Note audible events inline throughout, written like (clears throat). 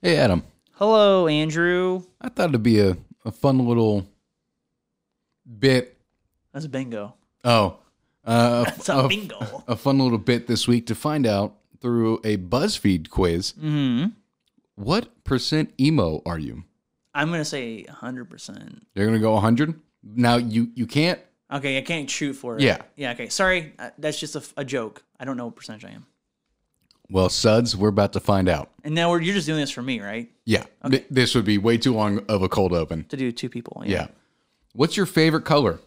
Hey, Adam. Hello, Andrew. I thought it'd be a, a fun little bit. That's bingo. (laughs) Oh, uh, It's a bingo. a fun little bit this week to find out through a BuzzFeed quiz hmm what percent emo are you? I'm gonna say 100. percent You're gonna go 100. Now you you can't. Okay, I can't shoot for it. Yeah. Yeah. Okay. Sorry, uh, that's just a, f- a joke. I don't know what percentage I am. Well, suds, we're about to find out. And now we're, you're just doing this for me, right? Yeah, Th- this would be way too long of a cold open. To do two people. Yeah. What's your favorite color?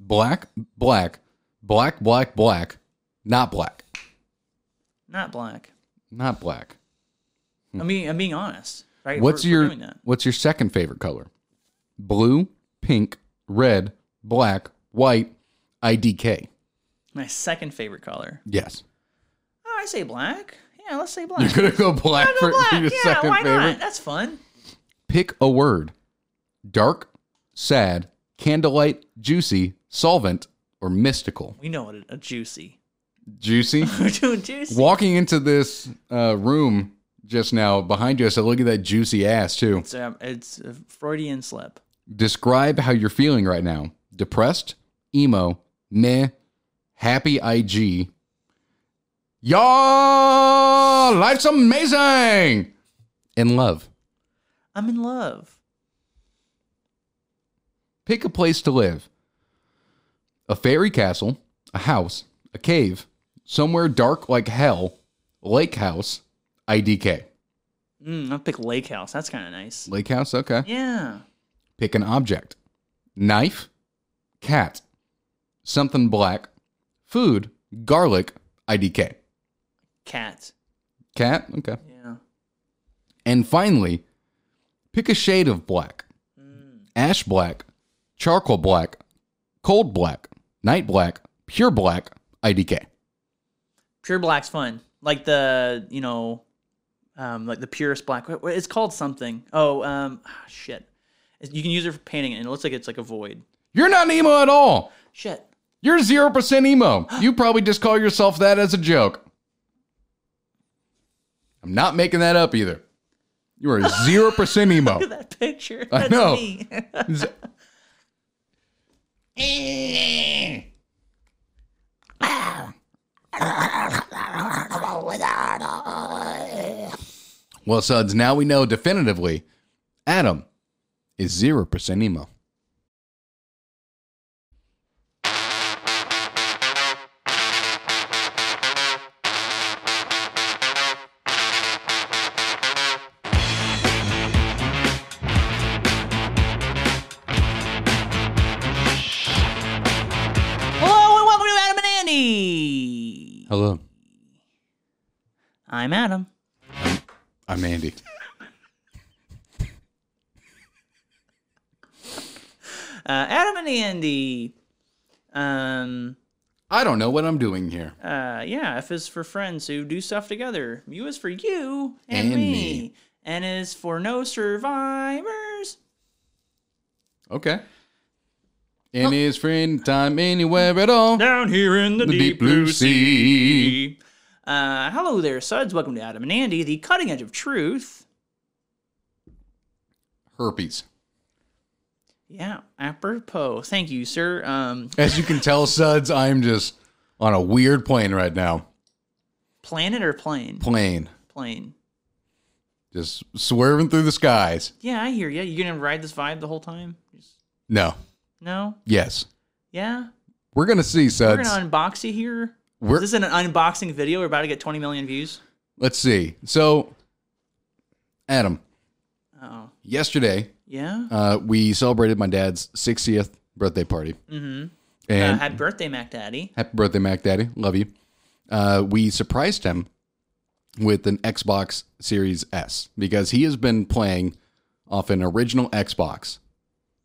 Black, black, black, black, black, not black, Not black. not black. I mean, I'm being honest, right? Hmm. What's We're- we're your doing that. What's your second favorite color? Blue, pink, red, black, white, IDK. my second favorite color? Yes. Oh, I say black. Yeah, let's say You're (laughs) black. gonna go black Go for black. your Yeah, second why favorite. not? That's fun. Pick a word: dark, sad, candlelight, juicy, solvent, or mystical. We know what a, a juicy. (laughs) Juicy. We're doing juicy. Walking into this uh, room just now, behind you, I said, "Look at that juicy ass, too." It's, um, it's a Freudian slip. Describe how you're feeling right now: depressed, emo, meh, happy. Ig. Y'all, life's amazing. In love. I'm in love. Pick a place to live a fairy castle, a house, a cave, somewhere dark like hell, lake house, IDK. Mm, I'll pick Lake House. That's kind of nice. Lake house, okay. Yeah. Pick an object knife, cat, something black, food, garlic, IDK. Cat. Cat, okay. Yeah. And finally, pick a shade of black ash black, charcoal black, cold black, night black, pure black, IDK. Pure black's fun. Like the, you know, um, like the purest black. Wait, wait, It's called something. Oh, um, ah, shit. It's- You can use it for painting and it looks like it's like a void. You're not emo at all. Shit. (laughs) You're 0% emo. You probably just call yourself that as a joke. I'm not making that up either. You are 0% emo. Look at that picture. I That's know. me. (laughs) Well, suds, now we know definitively Adam is 0% emo. Hello and welcome to Adam and Andy. Hello. I'm Adam. I'm Andy. Uh, Adam and Andy. Um, I don't know what I'm doing here. uh, yeah, F is for friends who do stuff together. U is for you and, And me. me. N is for no survivors. Okay. Any is friend time anywhere at all. Down here in the, The deep blue sea. sea. Uh, hello there, suds. Welcome to Adam and Andy, the cutting edge of truth. Herpes. Yeah, apropos. Thank you, sir. Um, As you can tell, suds, I'm just on a weird plane right now. planet or plane? Plane. Plane. Just swerving through the skies. Yeah, I hear you. You gonna ride this vibe the whole time? Just- No. No? Yes. Yeah? We're going to see, We're suds. gonna unbox you here. We're- Is this an unboxing video? We're about to get 20 million views. Let's see. So, Adam, Oh, yesterday yeah. uh, we celebrated my dad's 60th birthday party. Mm-hmm. And happy birthday, Mac Daddy. happy birthday, Mac Daddy. Love you. Uh, we surprised him with an Xbox Series S because he has been playing off an original Xbox.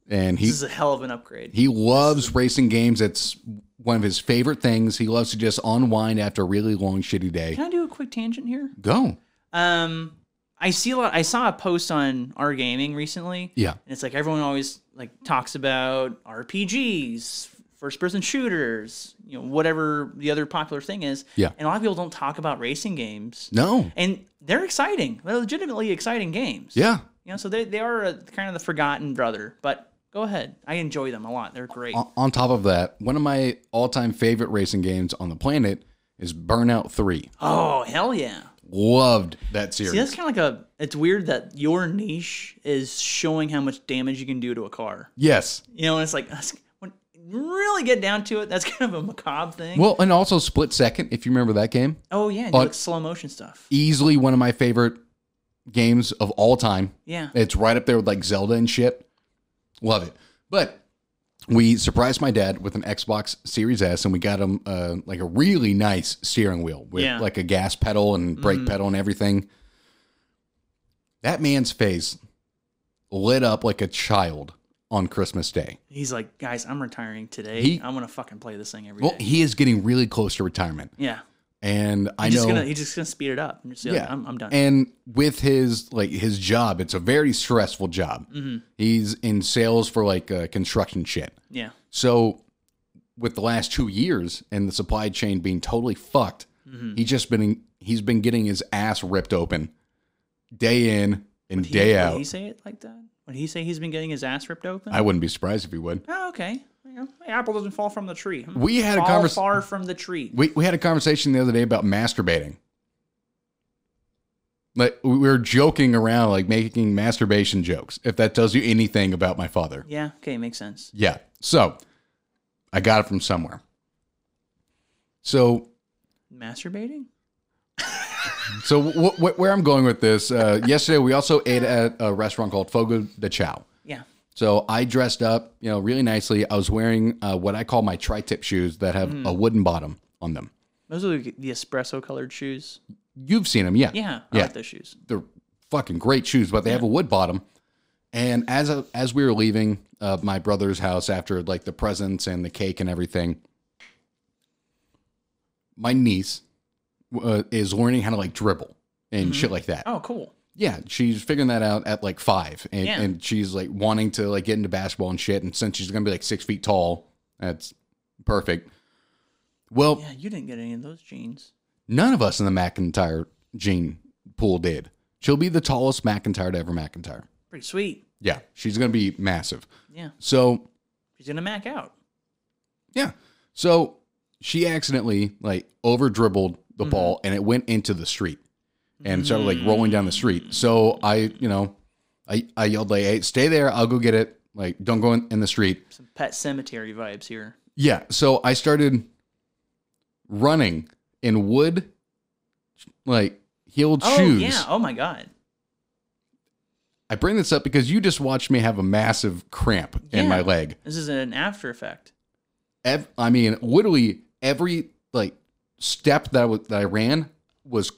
And he This is a hell of an upgrade. He loves racing games. It's one of his favorite things. He loves to just unwind after a really long, shitty day. Can I do a quick tangent here? Go. Um, I see a lot. I saw a post on our gaming recently, Yeah. and it's like everyone always like talks about RPGs, first person shooters, you know, whatever the other popular thing is. Yeah. And a lot of people don't talk about racing games. No. And they're exciting. They're legitimately exciting games. Yeah. You know, so they, they are a, kind of the forgotten brother, but go ahead. I enjoy them a lot. They're great. O- On top of that, one of my all time favorite racing games on the planet is Burnout 3. Oh, hell yeah. Loved that See, that's series. kind of like a, it's weird that your niche is showing how much damage you can do to a car. Yes. You know, and it's like, that's, when you really get down to it, that's (laughs) kind of a macabre thing. Well, and also Split Second, if you remember that game. oh, yeah. And you but- like slow motion stuff. Easily one of my favorite games of all time. Yeah. It's right up there with like Zelda and shit. Love it. But we surprised my dad with an Xbox Series S, and we got him uh, like a really nice steering wheel with Yeah. Mm-hmm. like a gas pedal and brake pedal and everything. That man's face lit up like a child on Christmas Day. He's like, guys, I'm retiring today. He- I'm gonna fucking play this thing every day. Well, he is getting really close to retirement, yeah, and I he's know just gonna he's just gonna speed it up. And just, yeah, I'm, I'm done. And with his like his job, it's a very stressful job. Mm-hmm. He's in sales for like uh, construction shit. yeah, So with the last two years and the supply chain being totally fucked, he's just been he's been getting his ass ripped open day in and He- day would out. He say it like that? Would he say he's been getting his ass ripped open? I wouldn't be surprised if he would. oh, okay. You know, the apple doesn't fall from the tree. Hmm. We had a Fall convers- far from the tree. We we had a conversation the other day about masturbating. Like we were joking around, like making masturbation jokes. If that tells you anything about my father, yeah. Okay. Makes sense. Yeah. So I got it from somewhere. So Masturbating. so wh- wh- where I'm going with this? Uh, yesterday we also ate at a restaurant called Fogo de Chao. Yeah. So I dressed up, you know, really nicely. I was wearing uh, what I call my tri-tip shoes that have a wooden bottom on them. Those are the, the espresso colored shoes. You've seen them, yeah? Yeah. I Yeah. like those shoes. They're fucking great shoes, but they have a wood bottom. And as a, as we were leaving uh, my brother's house after like the presents and the cake and everything, my niece uh, is learning how to like dribble and shit like that. Oh, cool. Yeah, she's figuring that out at like five, and, Yeah. and she's like wanting to like get into basketball and shit. And since she's gonna be like six feet tall, that's perfect. Well, Yeah. You didn't get any of those jeans. none of us in the McIntyre gene pool did. She'll be the tallest McIntyre to ever McIntyre. Pretty sweet. Yeah, she's gonna be massive. Yeah. So She's gonna mac out. yeah, so she accidentally like over dribbled Mm-hmm. the ball and it went into the street and started like rolling down the street. So I, you know, I I yelled like, "Hey, stay there! I'll go get it. Like, don't go in, in the street." Some pet cemetery vibes here. Yeah, so I started running in wood like heeled Oh shoes. yeah. Oh my god. I bring this up because you just watched me have a massive cramp in Yeah. my leg. This is an after effect. ev- I mean, literally every like step that I, was, that I ran was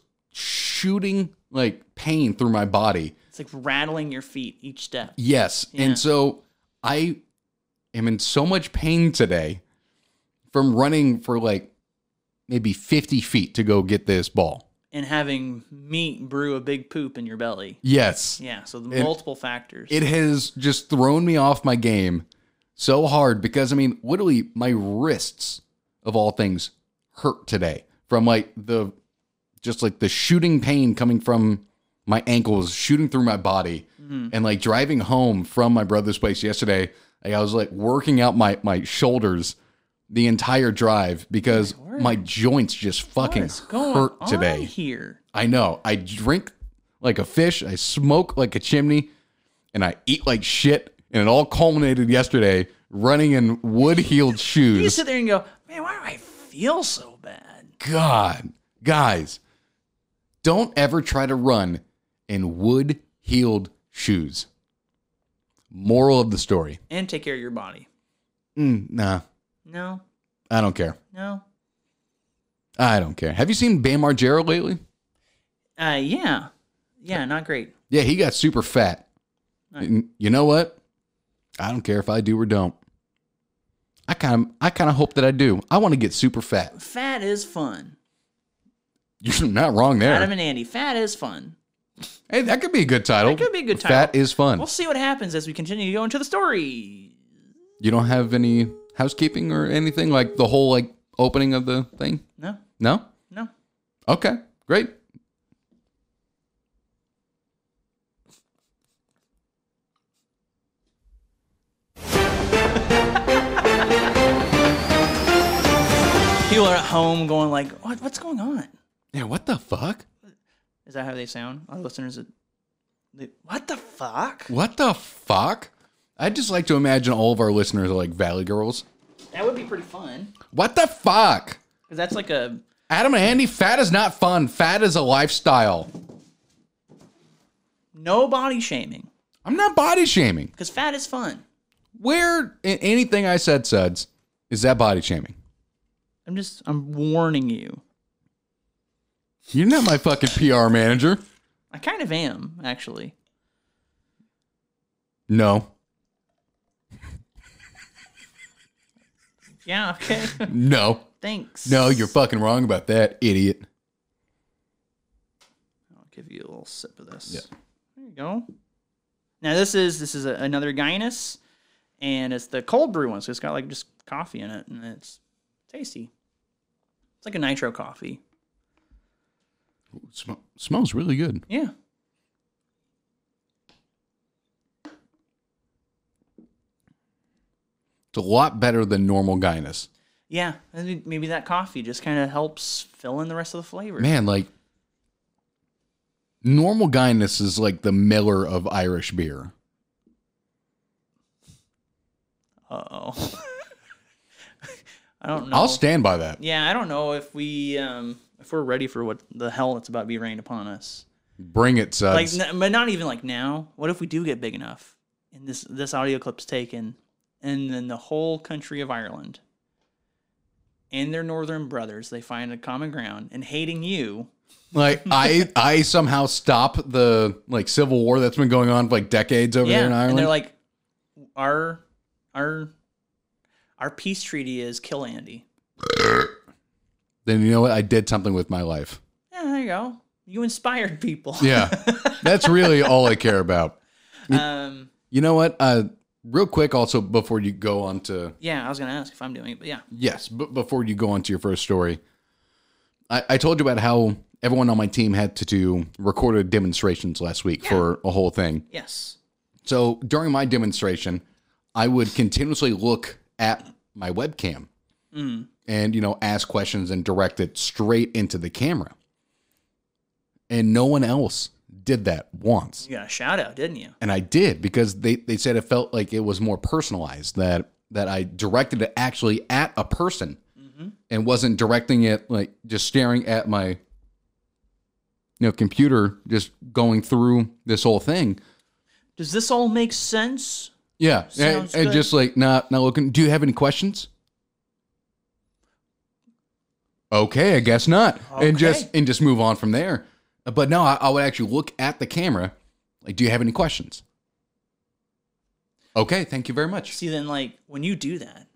shooting like pain through my body. It's like rattling your feet each step. Yes, Yeah. and so I am in so much pain today from running for like maybe fifty feet to go get this ball. And having meat brew a big poop in your belly. Yes, Yeah, so the It- multiple factors. it has just thrown me off my game so hard because I mean, literally, my wrists of all things hurt today from like the just like the shooting pain coming from my ankles shooting through my body Mm-hmm. and like driving home from my brother's place yesterday. Like I was like working out my my shoulders the entire drive because my joints just What fucking is going hurt on today. here? I know. I drink like a fish, I smoke like a chimney, and I eat like shit. And it all culminated yesterday running in wood (laughs) heeled You shoes. sit there and go, man, why do I feel so bad? God, guys, don't ever try to run in wood heeled shoes. Moral of the story. And take care of your body. Mm, nah, No, I don't care. no. I don't care. Have you seen Bam Margera lately? Uh, yeah, yeah, not great. Yeah, he got super fat. Right. And You know what? I don't care if I do or don't. I kind of, I kind of hope that I do. I want to get super fat. (laughs) Fat is fun. You're not wrong there. Adam and Andy, fat is fun. hey, that could be a good title. That could be a good Fat is fun. We'll see what happens as we continue to go into the story. you don't have any housekeeping or anything? Like the whole like opening of the thing? No, No? no. Okay. Great. People are at home going like, what, what's going on? Yeah, what the fuck? Is that how they sound? Our listeners, are- they, what the fuck? What the fuck? I just like to imagine all of our listeners are like Valley Girls. That would be pretty fun. What the fuck? Because that's like a, Adam and Andy, fat is not fun. Fat is a lifestyle. no body shaming. I'm not body shaming. Because fat is fun. Where in anything I said, Suds, is that body shaming? I'm just, I'm warning you. You're not my fucking PR manager. I kind of am, actually. No. Yeah, okay. (laughs) No. Thanks. No, you're fucking wrong about that, idiot. I'll give you a little sip of this. Yeah. There you go. Now this is this is a, another Guinness, and it's the cold brew one, so it's got like just coffee in it, and it's tasty. It's like a nitro coffee. Sm- smells really good. Yeah. It's a lot better than normal guyness. Yeah, maybe maybe that coffee just kind of helps fill in the rest of the flavor. Man, like normal guyness is like the Miller of Irish beer. Uh oh. (laughs) I don't know. I'll stand by that. yeah, I don't know if we um, if we're ready for what the hell it's about to be rained upon us. Bring it, like Suds. n- but not even like now what if we do get big enough and this this audio clip's taken and then the whole country of ireland and their northern brothers they find a common ground and hating you (laughs) like I, I somehow stop the like civil war that's been going on for like decades over yeah there in Ireland. and they're like our our our peace treaty is kill andy then you know what? I did something with my life. yeah there you go you inspired people Yeah, that's really all I care about. (laughs) um You know what? Uh, real quick, also before you go on to yeah i was gonna ask if i'm doing it but yeah Yes, but before you go on to your first story, I, I told you about how everyone on my team had to do recorded demonstrations last week for a whole thing. yes So during my demonstration, I would continuously look at my webcam Mm. and, you know, ask questions and direct it straight into the camera. And no one else did that once you got a shout out didn't you and I did because they they said it felt like it was more personalized that that I directed it actually at a person and wasn't directing it like just staring at my you know computer just going through this whole thing. does this all make sense Yeah, and, Sounds and good. just like not not looking. Do you have any questions? Okay, I guess not. And just Okay. and just move on from there. But no, I, I would actually look at the camera. Like, do you have any questions? Okay, thank you very much. See, then, like, when you do that,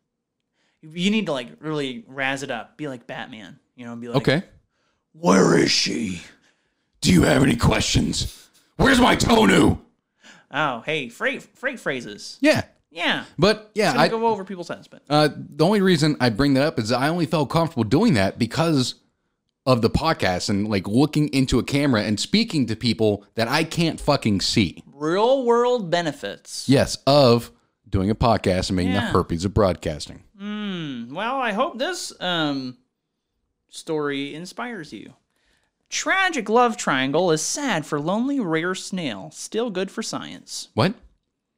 you- you need to, like, really razz it up. Be like Batman, you know, and be like, Okay. where is she? Do you have any questions? Where's my Tonu? Oh, hey, freight, freight phrases. Yeah, Yeah. but yeah, It's gonna I, go over people's heads, but Uh, the only reason I bring that up is I only felt comfortable doing that because of the podcast and like looking into a camera and speaking to people that I can't fucking see. real world benefits. Yes, of doing a podcast and being the Yeah. herpes of broadcasting. Hmm. Well, I hope this um, story inspires you. Tragic love triangle is sad for lonely rare snail, still good for science. What?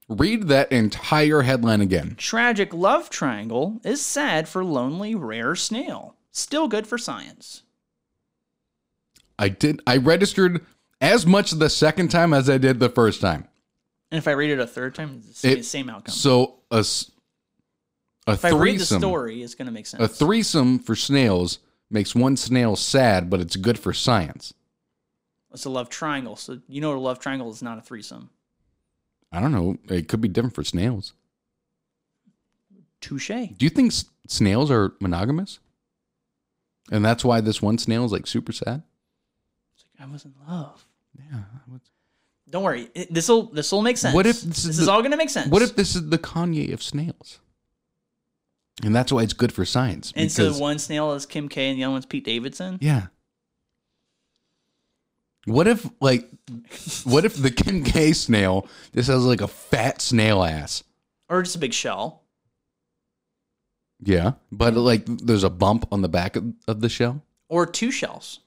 Read that entire headline again. Tragic love triangle is sad for lonely rare snail, still good for science. I did. I registered as much the second time as I did the first time. And if I read it a third time, it's the same, It- same outcome. So a s- a if I read the threesome, story, it's going to make sense. a threesome for snails makes one snail sad, but it's good for science. it's a love triangle. So you know a love triangle is not a threesome. I don't know. It could be different for snails. Touche. Do you think s- snails are monogamous? And that's why this one snail is like super sad. It's like, I was in love. Yeah. Don't worry. This will this will make sense. What if this is is the- all going to make sense? What if this is the Kanye of snails? And that's why it's good for science. And because- so one snail is Kim K and the other one's Pete Davidson. Yeah. What if like what if the Kim K snail just has like a fat snail ass? Or just a big shell. Yeah. But like there's a bump on the back of, of the shell? Or two shells.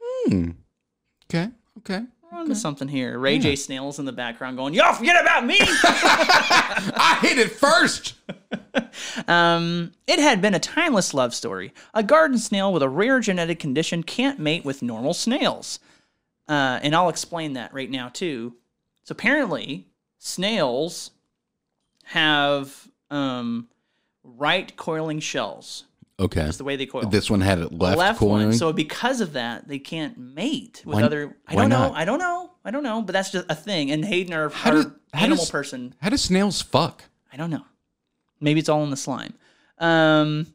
Hmm. Okay. Okay. We're onto Oh, something here. Ray J Snail's in the background going, Y'all forget about me. I hit it first. um, it had been a timeless love story. A garden snail with a rare genetic condition can't mate with normal snails. Uh, and I'll explain that right now, too. So apparently, snails have um, right coiling shells. Okay. That's the way they coil. This one had it left, left cornering. one. So because of that, they can't mate with Why- other. I why don't know. not? I don't know. I don't know. But that's just a thing. And Hayden are How are do- how animal does- person. How do snails fuck? I don't know. Maybe it's all in the slime. Um,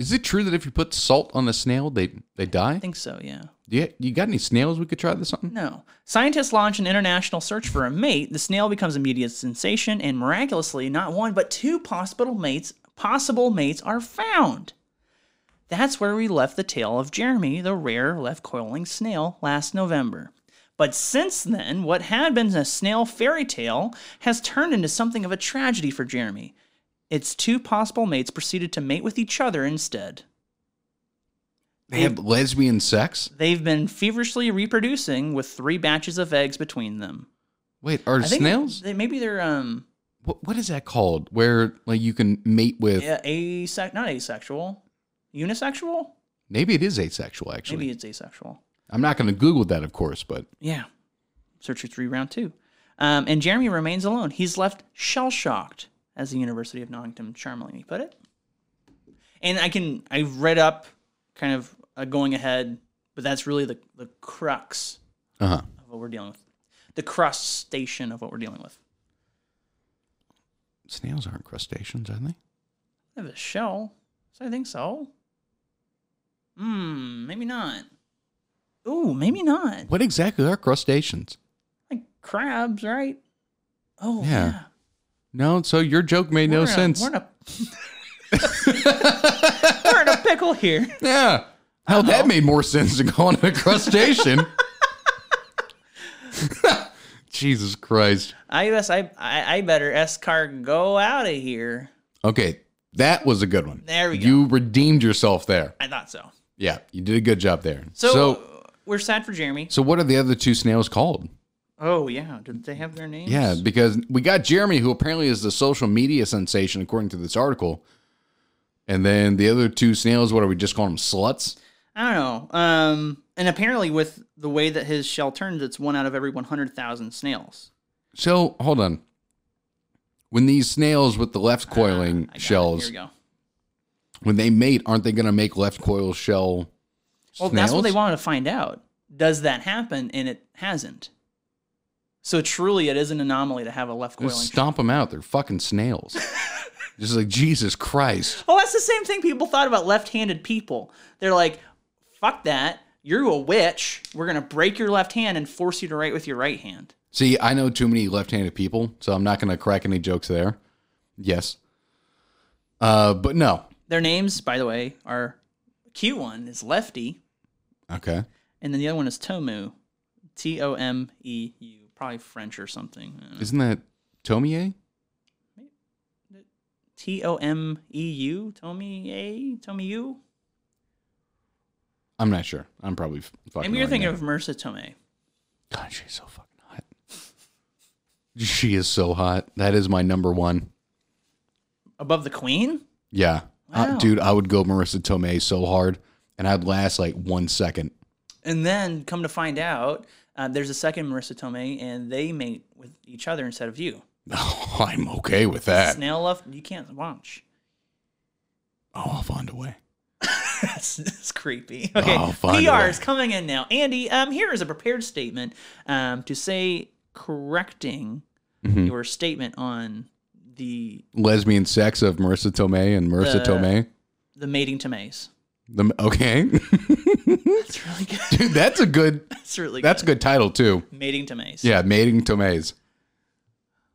Is it true that if you put salt on a snail, they they die? I think so. Yeah. Yeah. You got any snails we could try this on? No. Scientists launch an international search for a mate. The snail becomes a media sensation, and miraculously, not one but two possible mates possible mates are found. That's where we left the tale of Jeremy, the rare left coiling snail, last November. But since then, what had been a snail fairy tale has turned into something of a tragedy for Jeremy. Its two possible mates proceeded to mate with each other instead. They have lesbian sex? They've been feverishly reproducing with three batches of eggs between them. Wait, are I think snails? They, maybe they're um What, what is that called? Where like you can mate with yeah, asex not asexual, unisexual. Maybe it is asexual, actually. Maybe it's asexual. I'm not going to Google that, of course, but Yeah, search your three round two. Um, and Jeremy remains alone. He's left shell shocked, as the University of Nottingham Charmelini put it. And I can I read up kind of uh, going ahead, but that's really the the crux uh huh. of what we're dealing with, the crust station of what we're dealing with. Snails aren't crustaceans, are they? They have a shell. So I think so. Hmm, maybe not. Ooh, maybe not. What exactly are crustaceans? Like crabs, right? Oh Yeah. yeah. No, so your joke made no We're in a- sense. We're in a (laughs) we're in a pickle here. yeah. How that Uh-huh. made more sense than calling it a (laughs) crustacean. Jesus Christ. I guess I I, I better escar go out of here. Okay, that was a good one. There we go. You redeemed yourself there. I thought so. Yeah, you did a good job there. So, so, we're sad for Jeremy. so what are the other two snails called? Oh yeah, did they have their names? Yeah, because we got Jeremy, who apparently is the social media sensation, according to this article. And then the other two snails, what are we just calling them? Sluts? I don't know. Um, and apparently with the way that his shell turns, it's one out of every one hundred thousand snails. So hold on. When these snails with the left Ah, I coiling got it. shells, Here we go. when they mate, aren't they going to make left coil shell Well, snails? that's what they wanted to find out. Does that happen? And it hasn't. So truly, it is an anomaly to have a left coiling. Just stomp them out. They're fucking (laughs) snails. just like Jesus Christ. oh, that's the same thing people thought about left-handed people. They're like, "Fuck that! You're a witch. We're gonna break your left hand and force you to write with your right hand." See, I know too many left-handed people, so I'm not going to crack any jokes there. Yes. Uh, but no. Their names, by the way, are cute. One is Lefty, Okay. and then the other one is Tomu, T O M E U, probably French or something. Isn't that Tomie? T O M E U, Tomi A, Tomi U. I'm not sure. I'm probably f- fucking. Maybe you're wrong thinking there. of Marissa Tomei. God, she's so fucking hot. She is so hot. That is my number one. above the queen Yeah, Uh, Wow. dude, I would go Marissa Tomei so hard, and I'd last like one second. and then come to find out uh, there's a second marissa tomei and they mate with each other instead of you Oh, (laughs) I'm okay with that. snail left you can't watch (laughs) Oh, I'll find a way. that's, that's creepy okay Oh, find a pr way. is coming in now andy um, here is a prepared statement um, to say correcting Mm-hmm. your statement on the Lesbian sex of Marissa Tomei and Marissa The- Tomei. the mating tomeis The, okay, (laughs) that's really good (laughs) dude, that's a good. that's really That's a good good title too. mating tomeis Yeah, mating Tomeis.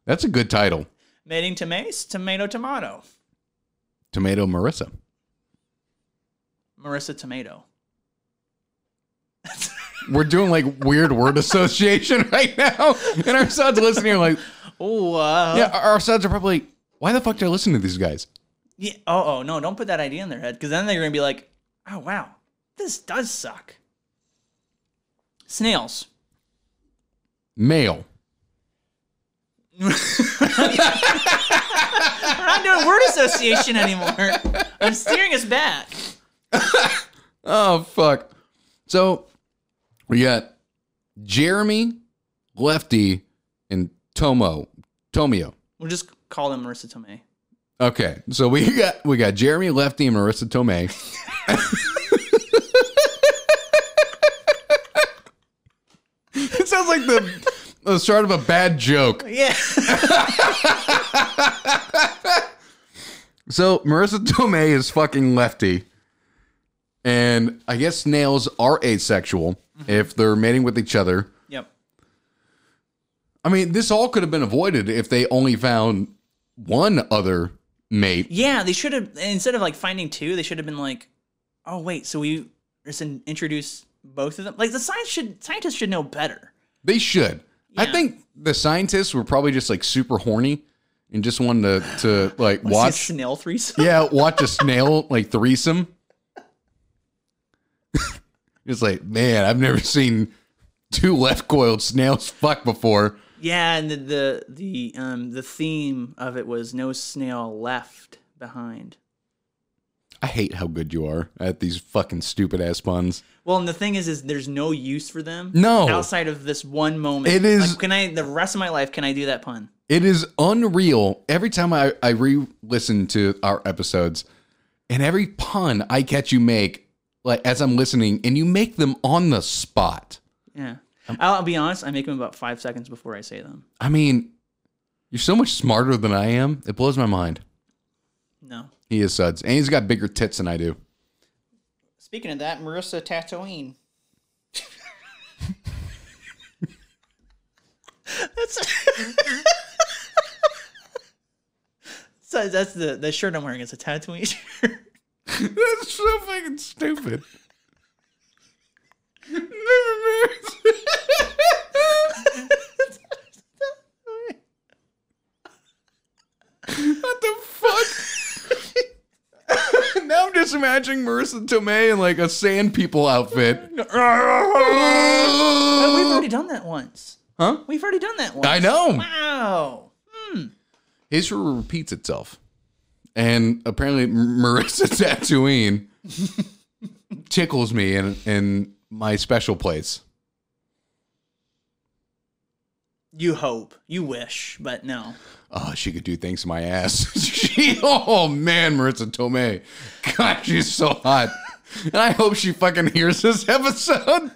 That's a good title. Mating to mace, tomato, tomato. Tomato Marissa. Marissa Tomato. We're doing like weird word (laughs) association right now. And our sons listening are like, Oh, uh, yeah, our sons are probably like, why the fuck do I listen to these guys? yeah. Oh, oh, no, don't put that idea in their head because then they're going to be like, oh, wow, this does suck. Snails. Male. We're not doing word association anymore. (laughs) I'm steering us back. Oh, fuck. So we got Jeremy, Lefty, and Tomo. Tomio. We'll just call them Marissa Tomei. Okay, so we (laughs) got we got Jeremy Lefty and Marissa Tomei. (laughs) it sounds like the the start of a bad joke. Yeah. So Marissa Tomei is fucking Lefty, and I guess snails are asexual if they're mating with each other. (laughs) yep. I mean, this all could have been avoided if they only found one other mate. Yeah, they should have instead of like finding two, they should have been like, oh wait, so we just in- introduce both of them. Like the science should scientists should know better. They should. I Yeah. think the scientists were probably just like super horny and just wanted to to like Let's see a watch snail threes. Yeah, watch a snail like threesome. (laughs) It's like, man, I've never seen two left coiled snails fuck before. (laughs) yeah, and the, the the um the theme of it was no snail left behind. I hate how good you are at these fucking stupid ass puns. Well, and the thing is, is there's no use for them. No. outside of this one moment, It is- Like, can I the rest of my life? Can I do that pun? It is unreal. Every time I, I re listen to our episodes and every pun I catch you make, like as I'm listening, and you make them on the spot. Yeah, Um, I'll, I'll be honest. I make them about five seconds before I say them. I mean, you're so much smarter than I am. It blows my mind. No. He is suds. And he's got bigger tits than I do. Speaking of that, Marissa Tatooine. that's (laughs) so that's the the shirt I'm wearing. It's a Tatooine shirt. (laughs) (laughs) That's so fucking stupid. (laughs) (laughs) what the fuck? (laughs) now I'm just imagining Marissa Tomei in like a sand people (laughs) outfit. But we've huh? already done that once. We've already done that once. I know. Wow. History repeats itself. And apparently M- Marissa (laughs) Tatooine tickles me in in my special place. You hope. You wish, but (laughs) no. Oh, she could do things to my ass. (laughs) she, oh man, Marissa Tomei. God, she's so hot. And I hope she fucking hears this episode.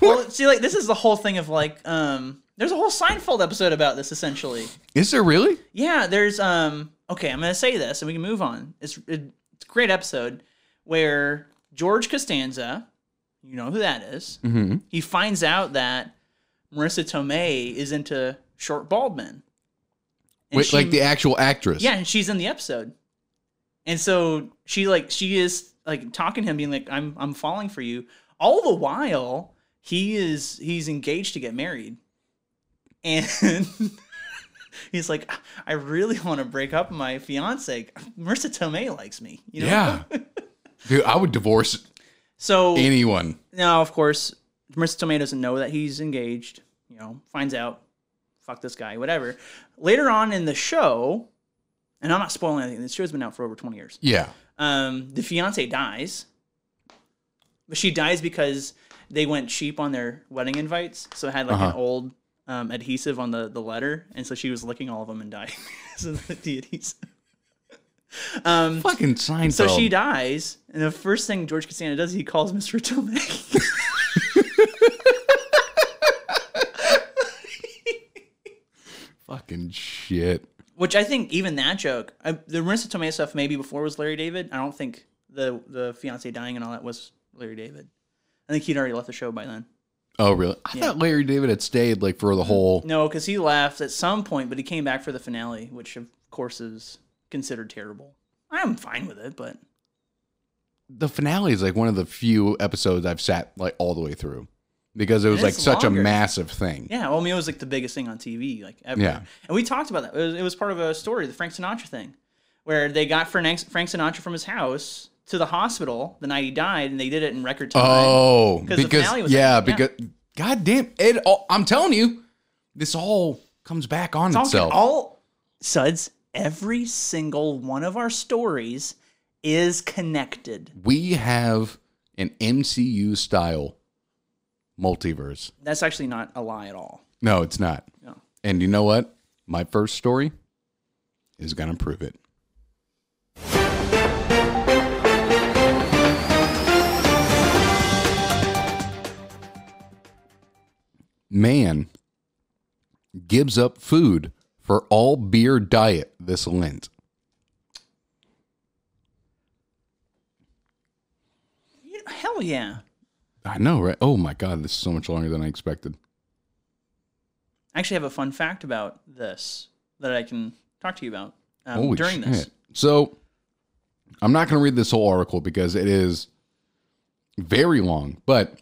Well, see, like this is the whole thing of like, um, there's a whole Seinfeld episode about this essentially. Is there really? Yeah, there's um okay, I'm gonna say this and we can move on. It's it's a great episode where George Costanza, you know who that is, Mm-hmm. he finds out that Marissa Tomei is into short bald men. And Wait, she- like the actual actress. yeah, and she's in the episode, and so she like she is like talking to him, being like, "I'm I'm falling for you." All the while, he is he's engaged to get married, and (laughs) he's like, "I really want to break up with my fiance. Marissa Tomei likes me." You know? Yeah. (laughs) Dude, I would divorce So anyone. now, of course, Marissa Tomei doesn't know that he's engaged. You know, finds out, fuck this guy, whatever. Later on in the show, and I'm not spoiling anything. The show's been out for over 20 years. Yeah. Um, the fiance dies, but she dies because they went cheap on their wedding invites, so it had like an Uh-huh. old um, adhesive on the the letter, and so she was licking all of them and dying. (laughs) so the, the adhesive. Um, Fucking Seinfeld. so she dies, and the first thing George Costanza does, he calls Mr. Tomei. fucking shit. (laughs) Which I think even that joke, I, the Marissa Tomei stuff maybe before was Larry David. I don't think the the fiance dying and all that was Larry David. I think he'd already left the show by then. Oh, really? I Yeah. Mm. thought Larry David had stayed like for the whole. No, because he left at some point, but he came back for the finale, which of course is considered terrible. I'm fine with it, but The finale is like one of the few episodes I've sat like all the way through because it was It like is such a longer. massive thing. yeah, well, I mean, it was like the biggest thing on TV, like ever. Yeah. And we talked about that. It was, it was part of a story, the Frank Sinatra thing, where they got Frank, Frank Sinatra from his house to the hospital the night he died, and they did it in record time. Oh, 'Cause the because finale was yeah, like- yeah. because goddamn it! All, I'm telling you, this all comes back on All- itself. all suds, every single one of our stories is connected. we have an MCU style multiverse. That's actually not a lie at all. No, it's not. No. And you know what? My first story is gonna prove it. Man gives up food for all beer diet this Lent. You- Hell yeah. I know, right? Oh my god, this is so much longer than I expected. I actually have a fun fact about this that I can talk to you about um, Holy during this. shit. So I'm not going to read this whole article because it is very long, but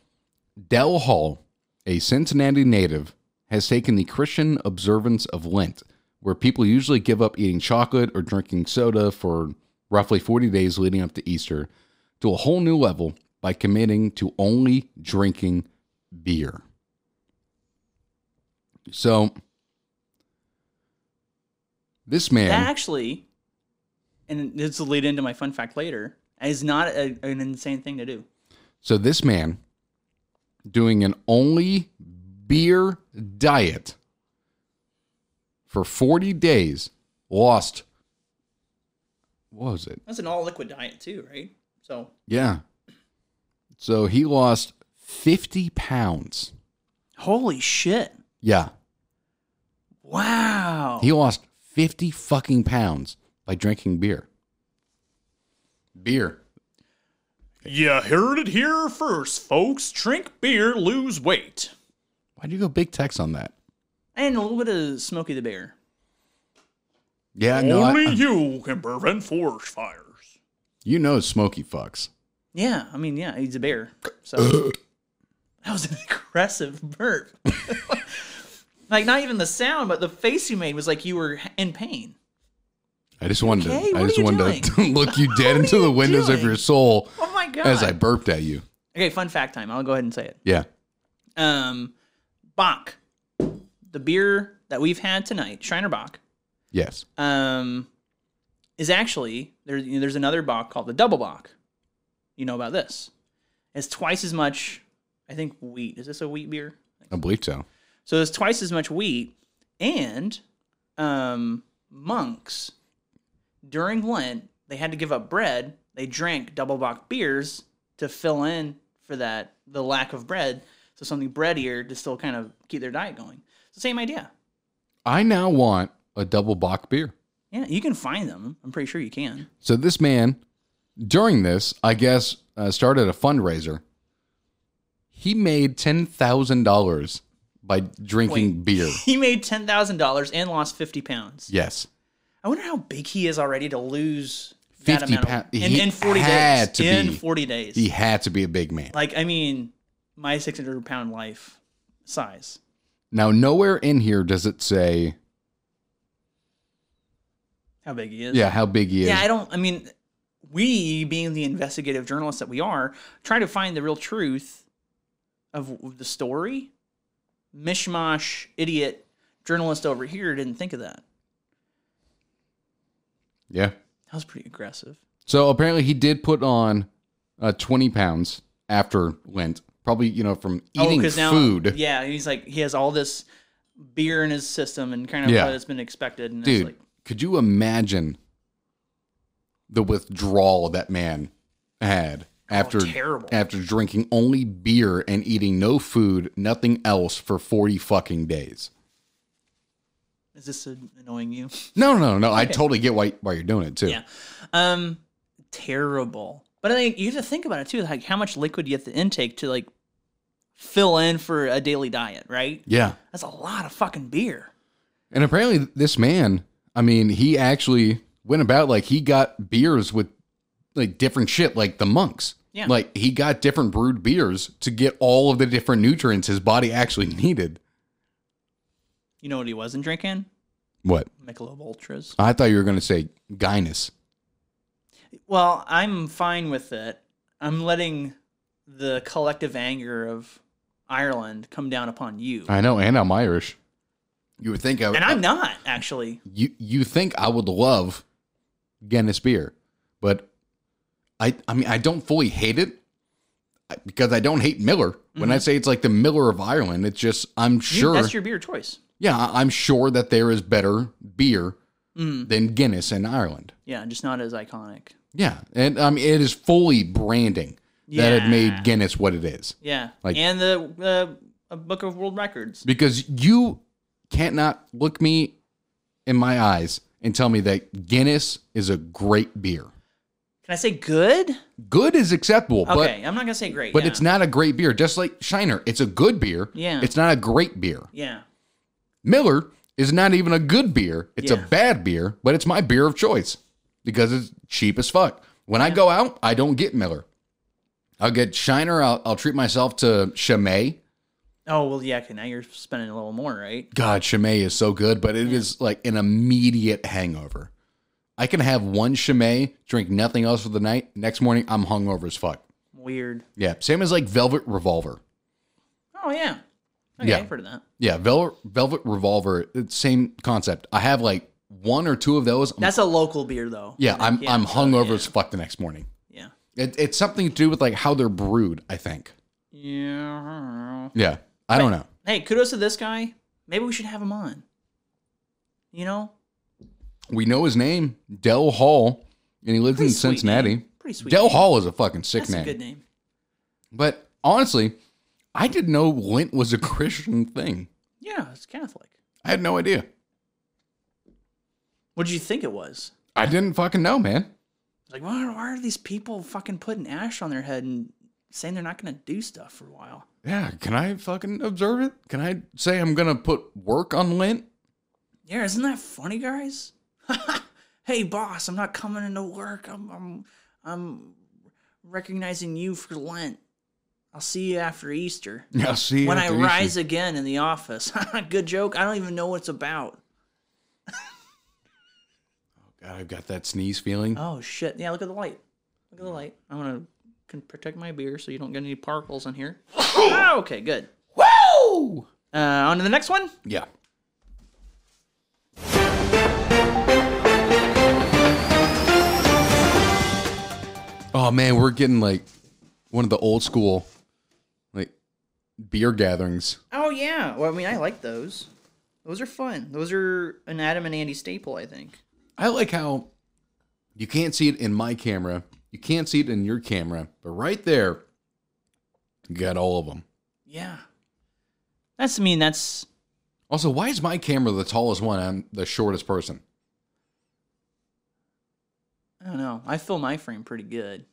Dell Hall, a Cincinnati native, has taken the Christian observance of Lent, where people usually give up eating chocolate or drinking soda for roughly 40 days leading up to Easter, to a whole new level by committing to only drinking beer. So this man That actually, and this will lead into my fun fact later, is not a, an insane thing to do. So this man doing an only beer diet for 40 days lost what was it? That's an all liquid diet too, right? So Yeah. So he lost 50 pounds. holy shit! Yeah. Wow. He lost 50 fucking pounds by drinking beer. Beer. You heard it here first, folks. Drink beer, lose weight. Why'd you go big text on that? And a little bit of Smokey the Bear. Yeah, no. I- you can prevent forest fires. you know Smokey fucks. Yeah, I mean, yeah, he's a bear. (coughs) So that was an aggressive burp. (laughs) like not even the sound, but the face you made was like you were in pain. I just wanted okay? to I What just are you wanted to (laughs) look (laughs) you dead into the windows of doing? your soul Oh my god. as I burped at you. okay, fun fact time. I'll go ahead and say it. Yeah. Um, Bach, the beer that we've had tonight, Shriner Bach, Yes. um, is actually there's you know, there's another Bach called the Double Bach. You know about this? It's twice as much. I think wheat. Is this a wheat beer? I believe so. So it's twice as much wheat, and um, monks during Lent they had to give up bread. They drank double bock beers to fill in for that the lack of bread. So something breadier to still kind of keep their diet going. So same idea. I now want a double Bach beer. Yeah, you can find them. I'm pretty sure (laughs) you can. So this man, during this, I guess, uh, started a fundraiser. He made ten thousand dollars by drinking beer. He made ten thousand dollars and lost fifty pounds. Yes, I wonder how big he is already to lose that 50 amount of, pound- in, he in forty days. had to in be. forty days, he had to be a big man. like I mean, my 600 pound life size. Now, nowhere in here does it say, How big he is? yeah, how big he is. Yeah, I don't. I mean, we being the investigative journalists that we are, try to find the real truth of the story. Mishmash idiot journalist over here didn't think of that. yeah. That was pretty aggressive. So apparently, he did put on uh, twenty pounds after Lent. Probably, you know, from eating food. Oh, yeah, he's like he has all this beer in his system and kind of Yeah. what has been expected. And Dude, it's like, oh, could you imagine the withdrawal that man had after Oh, terrible. after drinking only beer and eating no food, nothing else for 40 fucking days? is this annoying you? No, no, no. I totally get why why you're doing it too. Yeah. Um, terrible. But I think you have to think about it too, like how much liquid you have to intake to like fill in for a daily diet, right? Yeah. That's a lot of fucking beer. And apparently, this man, I mean, he actually went about like he got beers with like different shit, like the monks. Yeah. Like he got different brewed beers to get all of the different nutrients his body actually needed. You know what he wasn't drinking? What? Michelob Ultras. I thought you were going to say Guinness. Well, I'm fine with it. I'm letting the collective anger of Ireland come down upon you. I know, and I'm Irish. You would think I And I'm not, actually. you you think I would love Guinness beer, but I I mean I don't fully hate it I- because I don't hate Miller. When I say it's like the Miller of Ireland, it's just I'm Mm-hmm. You- sure That's your beer choice. yeah, I- I'm sure that there is better beer Mm. than Guinness in Ireland. Yeah, just not as iconic. Yeah, and I mean it is fully branding that it Yeah. made Guinness what it is Yeah. Like- and the uh, Book of World Records. because you can't not look me in my eyes and tell me that Guinness is a great beer. Can I say good? Good is acceptable, but Okay, I'm not going to say great. But yeah. it's not a great beer. Just like Shiner, it's a good beer. Yeah. It's not a great beer. Yeah. Miller is not even a good beer. It's Yeah. a bad beer, but it's my beer of choice because it's cheap as fuck. When I go out, I don't get Miller. I'll get Shiner. I'll, I'll treat myself to Chimay. Oh, well, yeah, 'kay, now you're spending a little more, right? God, Chimay is so good, but it is like an immediate hangover. I can have one Chimay, drink nothing else for the night. Next morning, I'm hungover as fuck. Weird. Yeah. Same as like Velvet Revolver. Oh, yeah. Okay, Yeah. I've heard of that. Yeah, Velvet, Velvet Revolver, it's same concept. I have like one or two of those. I'm- That's a local beer, though. yeah, I'm yeah, I'm so, hungover yeah. as fuck the next morning. Yeah. It, it's something to do with like how they're brewed. I think. Yeah. Yeah, I don't know. Hey, kudos to this guy. Maybe we should have him on. You know? We know his name, Dell Hall, and he lives Pretty in sweet Cincinnati. name. Pretty sweet. Dell name. Hall is a fucking sick That's a name. good name. But honestly, I didn't know lint was a (laughs) Christian thing. Yeah, it's Catholic. I had no idea. What did you think it was? I didn't fucking know, man. Like, why, why are these people fucking putting ash on their head and saying they're not going to do stuff for a while? Yeah, can I fucking observe it? Can I say I'm gonna put work on lint? Yeah, isn't that funny, guys? (laughs) hey, boss, I'm not coming into work. I'm, I'm, I'm recognizing you for Lent. I'll see you after Easter. Yeah, see. when I after Easter. rise again in the office. (laughs) Good joke. I don't even know what it's about. God, I've got that sneeze feeling. Oh shit! Yeah, look at the light. Look at the light. I want to protect my beer so you don't get any particles (coughs) in here. Ah, okay, good. Woo! Uh, on to the next one. Yeah. Oh man, we're getting like one of the old school like beer gatherings. Oh yeah. Well, I mean, I like those. Those are fun. Those are an Adam and Andy staple, I think. I like how you can't see it in my camera, you can't see it in your camera, but right there you got all of them. Yeah. That's. I mean, that's. Also, why is my camera the tallest one? I'm the shortest person. I don't know. I fill my frame pretty good.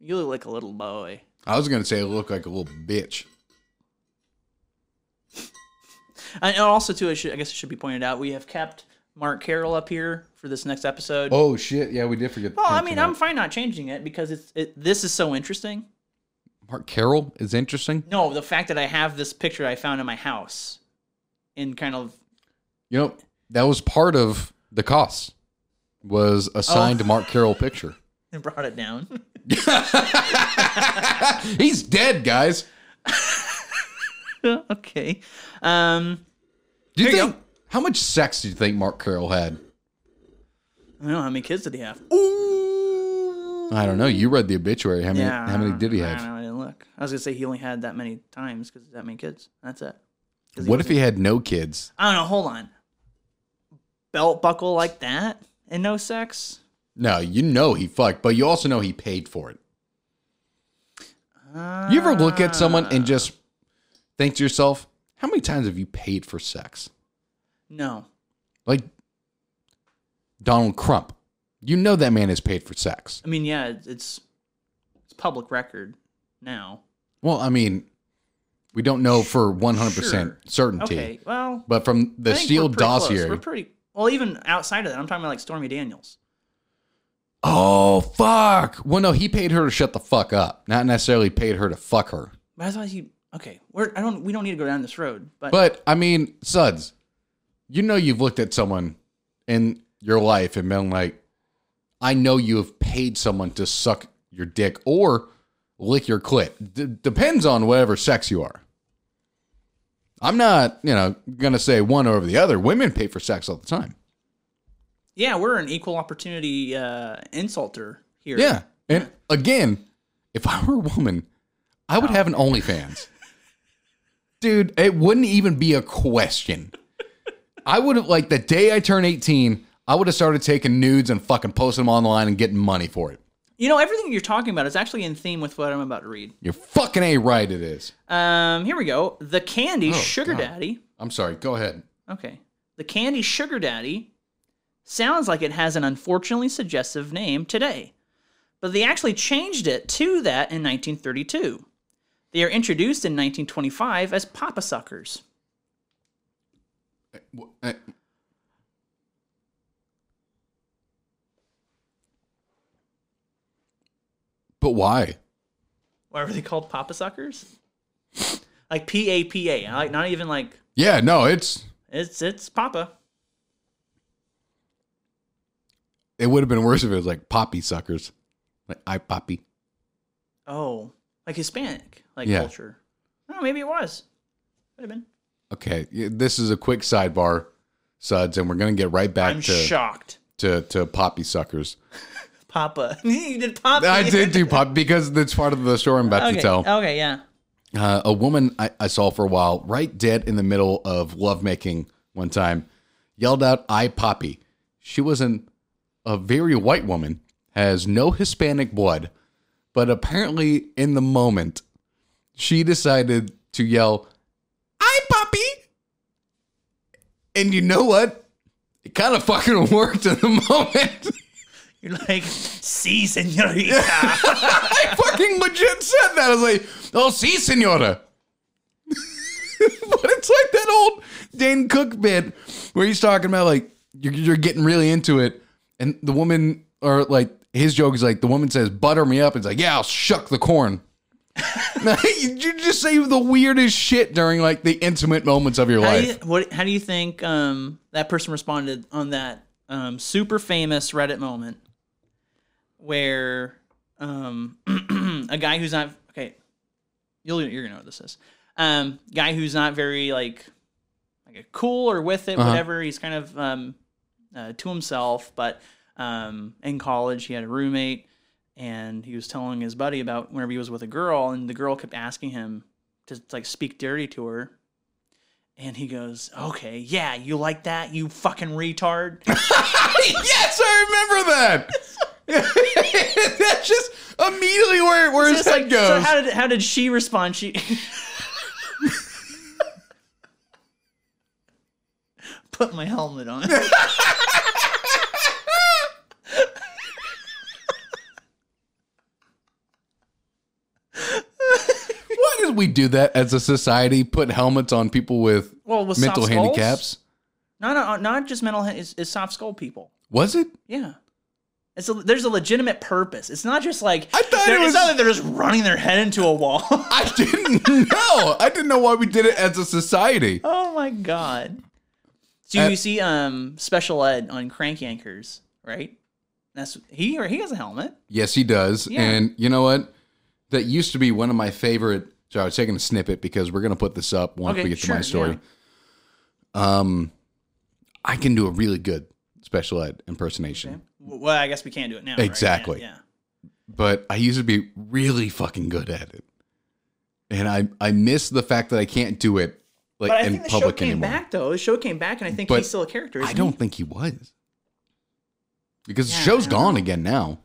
You look like a little boy. I was gonna say I look like a little bitch. And also, too, I, should, I guess it should be pointed out we have kept Mark Carroll up here for this next episode. Oh shit! Yeah, we did forget. well, I to mean, mention I'm fine not changing it because it's it, this is so interesting. that. Mark Carroll is interesting. No, the fact that I have this picture I found in my house, and kind of (laughs) You know, that was part of the cost was a signed Oh. Mark Carroll picture. (laughs) brought it down. (laughs) He's dead, guys. okay. Um, Do you Here you think how much sex do you think Mark Carroll had? I don't know how many kids did he have. I don't know. You read the obituary. How many? Yeah, how many did he I don't have? know. I didn't look. I was gonna say he only had that many times because that many kids. That's it. 'Cause What if wasn't- he had no kids? I don't know. Hold on. Belt buckle like that and no sex. No, you know he fucked, but you also know he paid for it. Uh, You ever look at someone and just think to yourself, how many times have you paid for sex? no. Like Donald Trump. You know that man has paid for sex. I mean, yeah, it's it's public record now. Well, I mean, we don't know for 100% Sure. certainty. Okay, well, But from the I think Steele we're pretty close. dossier. We're pretty well. Even outside of that, I'm talking about like Stormy Daniels. Oh, fuck. Well, no, he paid her to shut the fuck up, not necessarily paid her to fuck her. But I thought he. Okay, we're I don't we don't need to go down this road. But, But I mean, suds, you know, you've looked at someone in your life and been like, I know you have paid someone to suck your dick or lick your clit. D- depends on whatever sex you are. I'm not, you know, gonna say one over the other. Women pay for sex all the time. yeah, we're an equal opportunity uh, insulter here. Yeah. And again, if I were a woman, I would have an OnlyFans. Dude, it wouldn't even be a question. I would have, like, the day I turned 18, I would have started taking nudes and fucking posting them online and getting money for it. You know, everything you're talking about is actually in theme with what I'm about to read. You're fucking A right, it is. Um, here we go. The Candy Sugar God. Daddy. I'm sorry. Go ahead. Okay. The Candy Sugar Daddy sounds like it has an unfortunately suggestive name today, but they actually changed it to that in 1932. They are introduced in 1925 as Papa Suckers. W- eh, But why? Why were they called Papa Suckers? Like P A P A. Like not even like Yeah, no, it's it's it's Papa. it would have been worse if it was like poppy suckers, like I poppy. Oh, like Hispanic like Yeah. culture. Oh, maybe it was. Could have been. Okay, y- this is a quick sidebar, suds, and we're gonna get right back I'm to, shocked. to to poppy suckers. Papa. (laughs) you did Papa. (laughs) I did do pop because that's part of the story I'm about Okay. Oh. to tell. Okay, yeah. Uh, a woman I, I saw for a while, right dead in the middle of lovemaking one time, yelled out, "I poppy." She was an, a very white woman, has no Hispanic blood, but apparently in the moment, she decided to yell, "I poppy," and you know what? It kind of fucking (laughs) worked in the moment. You're like, si, senorita. I fucking legit said that. I was like, oh, see, senora. (laughs) but it's like that old Dane Cook bit where he's talking about like you're, you're getting really into it, and the woman or like his joke is like the woman says, "Butter me up." It's like, yeah, I'll shuck the corn. (laughs) you you just say the weirdest shit during like the intimate moments of your How do, (laughs) life. (laughs) you, what, how do you think um, that person responded on that um, super famous Reddit moment where um, (clears throat) a guy who's not okay, you'll you're gonna know what this is. Um, guy who's not very like like cool or with Uh-huh. it, whatever. He's kind of um, uh, to himself, but um, in college he had a roommate and he was telling his buddy about whenever he was with a girl and the girl kept asking him to like speak dirty to her and he goes, "Okay, yeah, you like that, you fucking (laughs) retard." yes, I remember that. (laughs) That's just immediately where where his It's head like, goes. so how did how did she respond? She (laughs) put my (laughs) helmet on. Why did we do that as a society? Put helmets on people with well, with mental soft skulls? handicaps? No, no, not just mental. It's, it's soft skull people. Was it? Yeah. It's a, there's a legitimate purpose. It's not just like I thought it they're- was- it's not that they're just running their head into a wall. (laughs) I didn't (laughs) know. I didn't know why we did it as a society. Oh my god. So Uh, you see um special ed on crank yankers, right? That's he or he has a helmet. Yes, he does. Yeah. And you know what? That used to be one of my favorite. So I was taking a snippet because we're gonna put this up once Okay, we get to sure, my story. Um, I can do a really good special ed impersonation, W- Well, I guess we can't do it now. right? Yeah, Exactly. Yeah. but I used to be really fucking good at it, and I I miss the fact that I can't do it like But I in think the show public came anymore. back though. The show came back and I think But he's still a character. I isn't don't think he was. Because Yeah, the show's I don't gone know. again now.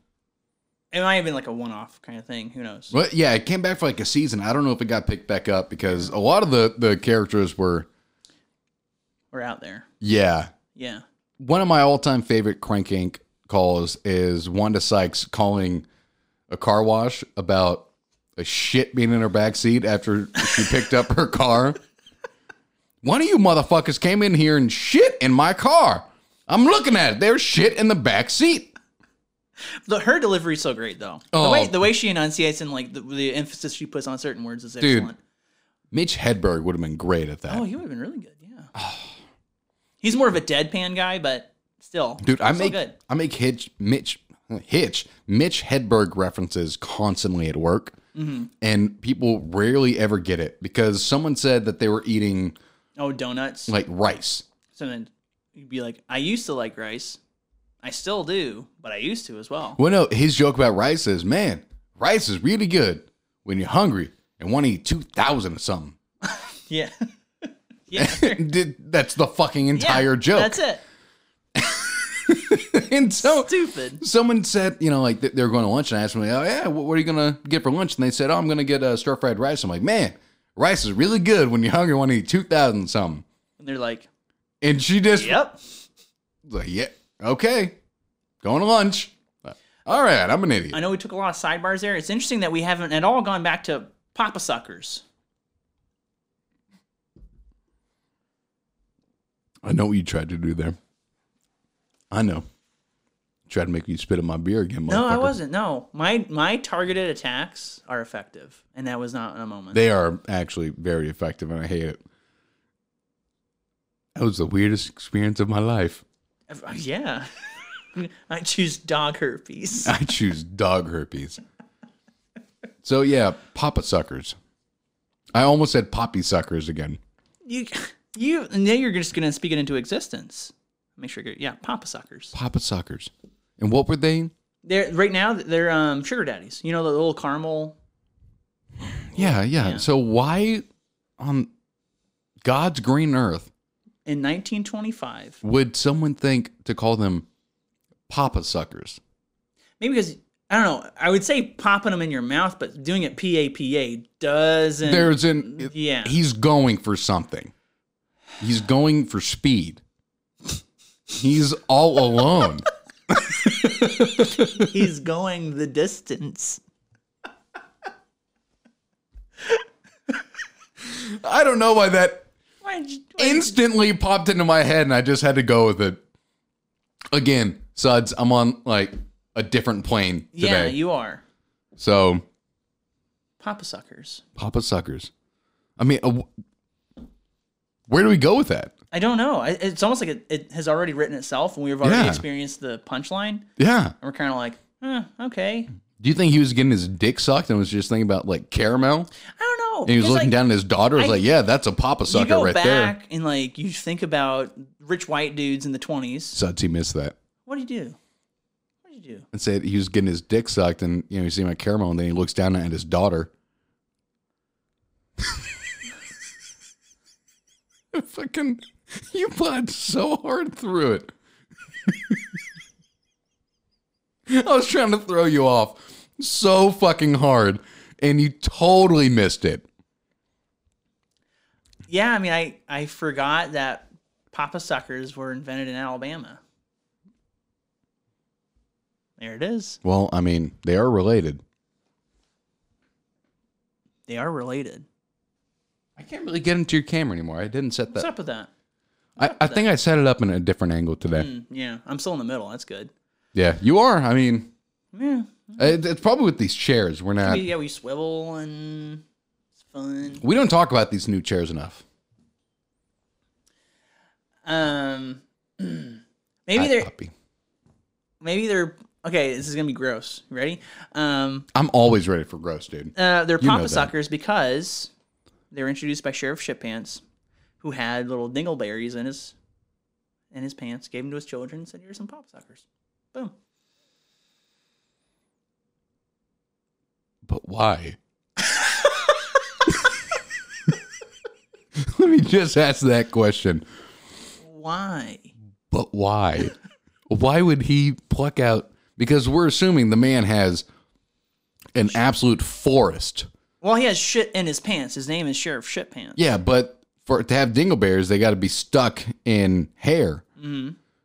he? It might have been like a one off kind of thing. Who knows? But yeah, it came back for like a season. I don't know if it got picked back up because a lot of the, the characters were, We're out there. yeah. Yeah. One of my all time favorite Crank Inc. calls is Wanda Sykes calling a car wash about a shit being in her back seat after she picked up her car. One of you motherfuckers came in here and shit in my car. I'm looking at it. There's shit in the back seat. The, her delivery's so great though. The Oh. way the way she enunciates and like the, the emphasis she puts on certain words is Dude. excellent. Mitch Hedberg would have been great at that. Oh, he would have been really good. Yeah. (sighs) He's more of a deadpan guy, but still, Dude, I still make good. I make Hitch Mitch Hitch Mitch Hedberg references constantly at work, Mm-hmm. and people rarely ever get it because someone said that they were eating Oh, donuts. like rice. so then you'd be like, I used to like rice. I still do, but I used to as well. Well, no, his joke about rice is, man, rice is really good when you're hungry and want to eat two thousand or something. (laughs) (laughs) Yeah. (laughs) yeah. Did- that's the fucking entire Yeah, joke. That's it. (laughs) and so Stupid. someone said, you know, like th- they were going to lunch, and I asked them, like, oh yeah, what, what are you gonna get for lunch? And they said, oh, I'm gonna get uh, stir fried rice. I'm like, man, rice is really good when you're hungry, want to eat two thousand something. And they're like, And she just Yep. like, yeah, okay, going to lunch. Uh, All right, I'm an idiot. I know we took a lot of sidebars there. It's interesting that we haven't at all gone back to Papa Suckers. I know what you tried to do there. I know. Tried to make you spit in my beer again. No, I motherfucker. wasn't. No, my my targeted attacks are effective, and that was not in a moment. They are actually very effective, and I hate it. That was the weirdest experience of my life. uh, yeah, (laughs) I choose dog herpes. (laughs) I choose dog herpes. So yeah, papa suckers. I almost said poppy suckers again. you you now you're just gonna speak it into existence. Make sure you're yeah, Papa Suckers. Papa suckers. And what were they? They're right now they're um sugar daddies. You know the little caramel. Yeah, yeah. Yeah. So why on God's green earth In 1925, would someone think to call them papa suckers? maybe because I don't know. I would say popping them in your mouth, but doing it P A P A doesn't. There's an Uh, yeah. He's going for something. He's going for speed. He's all alone. (laughs) He's going the distance. I don't know why that Why did you- why- instantly popped into my head and I just had to go with it. Again, Suds, I'm on like a different plane yeah, today. you are. so, Papa Suckers. Papa Suckers. I mean, uh, where do we go with that? I don't know. I, it's almost like it, it has already written itself, and we've already Yeah. experienced the punchline. Yeah. And we're kind of like, eh, okay. Do you think he was getting his dick sucked and was just thinking about like caramel? I don't know. And he was because, looking like, down at his daughter. was I- like, yeah, that's a Papa You Sucker go right back there. and like you think about rich white dudes in the twenties. Suds, he missed that. What do you do? What do you do? And said he was getting his dick sucked and, you know, he's seeing my caramel and then he looks down at his daughter. (laughs) Fucking, you plowed so hard through it. (laughs) I was trying to throw you off so fucking hard and you totally missed it. Yeah, I mean, I I forgot that Papa Suckers were invented in Alabama. There it is. Well, I mean, they are related. They are related. I can't really get into your camera anymore. I didn't set What's that. up with that? I, I think I set it up in a different angle today. Hmm, yeah, I'm still in the middle. That's good. Yeah, you are. I mean, Yeah. It- It's probably with these chairs. We're not. We- yeah, we swivel and it's fun. We don't talk about these new chairs enough. Um, (clears throat) maybe they're Puppy. maybe they're okay. This is gonna be gross. You ready? Um, I'm always ready for gross, dude. uh, they're know papa that. suckers because they were introduced by Sheriff Shitpants, who had little dingleberries in his in his pants. Gave them to his children. and Said, "Here's some pop suckers." Boom. But (laughs) why? Let me just ask that question. Why? But why? why would he pluck out? Because we're assuming the man has an absolute forest. Well, he has shit in his pants. His name is Sheriff Shitpants. Yeah, but for to have dingleberries, they got to be stuck in hair.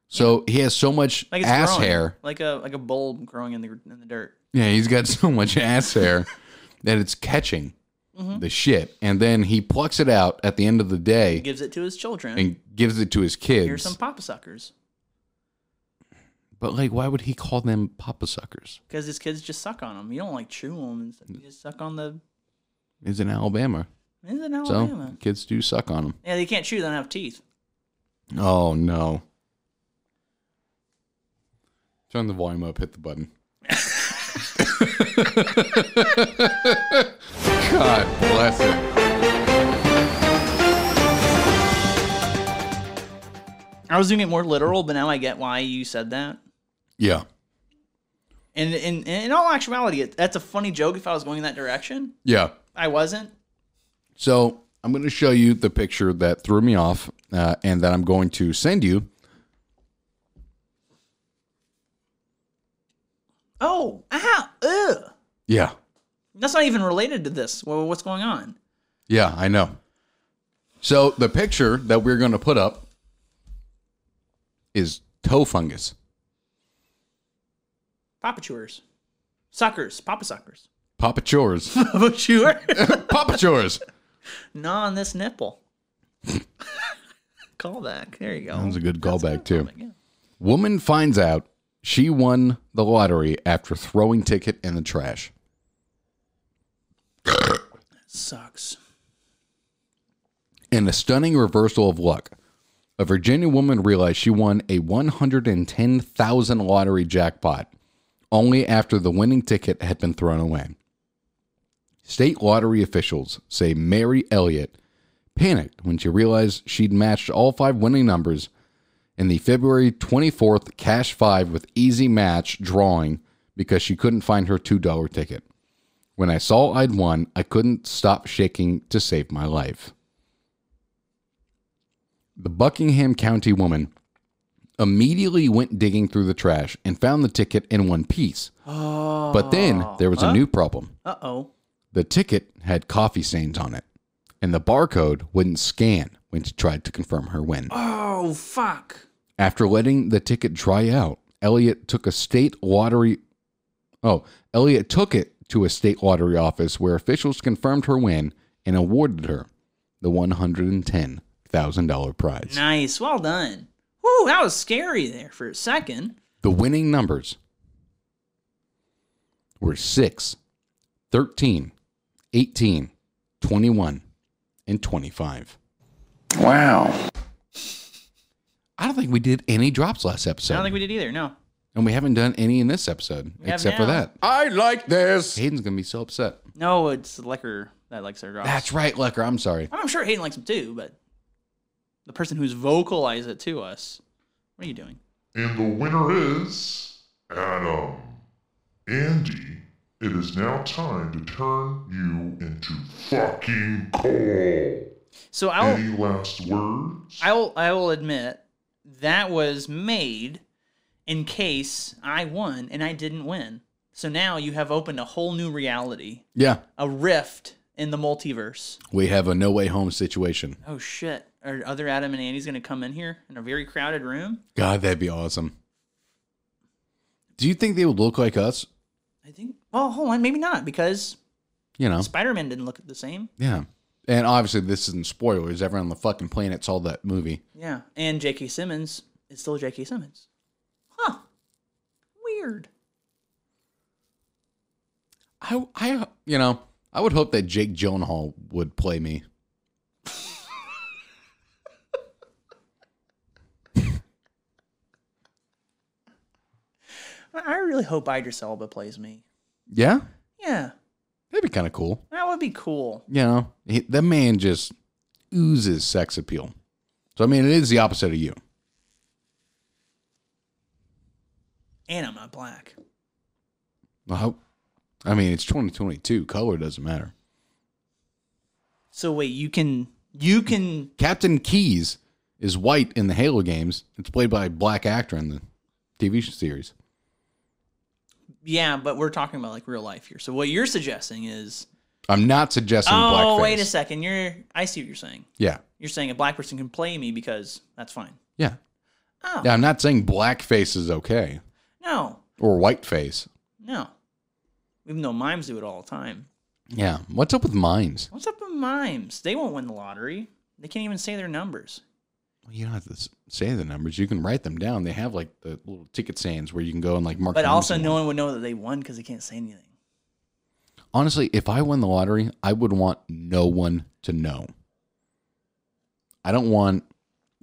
So he has so much Mm-hmm. Like it's ass growing, hair. (laughs) like a like a bulb growing in the in the dirt. Yeah, he's got so much ass hair that it's catching Mm-hmm. the shit, and then he plucks it out at the end of the day gives it to his children. and gives it to his Here's kids. some papa suckers but like, why would he call them papa suckers? because his kids just suck on them. You don't like chew them and stuff. You just suck on the. It's in Alabama, Is it so Alabama? kids do suck on them. Yeah, they can't chew. They don't have teeth. Oh no! Turn the volume up. Hit the (laughs) button. (laughs) God bless it. I was doing it more literal, but now I get why you said that. Yeah. And in, in, in all actuality, it, that's a funny joke if I was going that direction. Yeah. I wasn't. So I'm going to show you the picture that threw me off, uh, and that I'm going to send you. Oh, ah, ugh. Yeah, That's not even related to this. Well, what's going on? yeah, I know. So the picture that we're going to put up is toe fungus. Papa chewers. Suckers. Papa suckers. (laughs) Papa (laughs) chores. Papa chewer. (laughs) Papa chores. Gnaw on this nipple. (laughs) Callback. There you go. That was a good callback, Oh, too. my God. Woman finds out she won the lottery after throwing ticket in the trash. Sucks. In a stunning reversal of luck, a Virginia woman realized she won a 110,000 lottery jackpot only after the winning ticket had been thrown away. State lottery officials say Mary Elliott panicked when she realized she'd matched all five winning numbers in the February 24th cash 5 with easy match drawing because she couldn't find her $2 ticket. When I saw I'd won, I couldn't stop shaking to save my life the Buckingham County woman immediately went digging through the trash and found the ticket in one piece. Oh. But then there was a new problem. Uh oh. The ticket had coffee stains on it, and the barcode wouldn't scan when she tried to confirm her win. Oh, fuck. After letting the ticket dry out, Elliot took a state lottery. Oh, Elliot took it to a state lottery office where officials confirmed her win and awarded her the one hundred and ten thousand dollar prize. Nice. Well done. Woo, that was scary there for a second. The winning numbers were 6, 13, 18, 21, and 25. Wow. I don't think we did any drops last I episode. don't think we did either. No. and we haven't done any in this episode, have except for now. that. I like this. Hayden's going to be so upset. No, it's Lecker that likes their drops. That's right, Lecker. I'm sorry. I'm sure Hayden likes them too, but the person who's vocalized it to us. What are you doing? And the winner is Adam. Andy, it is now time to turn you into fucking coal. So I'll Any last words? I will I will admit that was made in case I won and I didn't win. So now you have opened a whole new reality, Yeah, a rift in the multiverse. we have a no way home situation. Oh shit! Are other Adam and Andy's gonna come in here in a very crowded room? God, that'd be awesome. Do you think they would look like us? I think. Well, hold on, maybe not because You know? Spider Man didn't look the same. Yeah. And obviously, this isn't spoilers. Everyone on the fucking planet saw that movie. Yeah, and J.K. Simmons is still J.K. Simmons. Huh? Weird. I, I, you know, I would hope that Jake Gyllenhaal would play me. I- I really hope Idris Elba plays me. Yeah, Yeah, that'd be kind of cool. that would be cool. You know, he, that man just oozes sex appeal. So I mean, it is the opposite of you. And I'm not black. Well, I, I mean, it's 2022. Color doesn't matter. So wait, you can you can Captain Keys is white in the Halo games. It's played by a black actor in the TV series. yeah, but we're talking about like real life here. So what you're suggesting is I'm not suggesting oh blackface. wait a second, you're I see what you're saying. Yeah, You're saying a black person can play me because that's fine. yeah, Oh yeah. I'm not saying blackface is okay no or whiteface. no, even though mimes do it all the time. Yeah. What's up with mimes? What's up with mimes? They won't win the lottery. They can't even say their numbers. You don't have to s- say the numbers. You can write them down. They have like the little ticket stands where you can go and like mark. But your also, numbers no down. one would know that they won because they can't say anything. honestly, if I won the lottery, I would want no one to know. I don't want.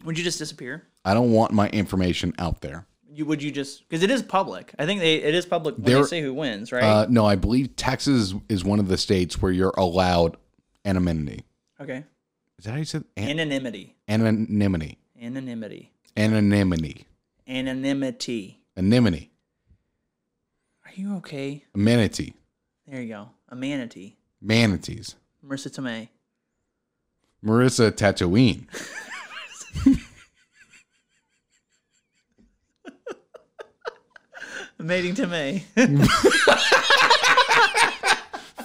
Would you just disappear? I don't want my information out there. You would you just because it is public. I think they it is public when There- they say who wins, right? Uh, no, I believe Texas is one of the states where you're allowed anonymity. okay, Is that how you said An- anonymity, anonymity? anonymity, Anonymity. anonymity. Anonymity. Are you okay? Amenity. There you go. A manatee, Manatees. Marissa Tomei. Marissa (laughs) Tatooine. Mating Tomei. (laughs)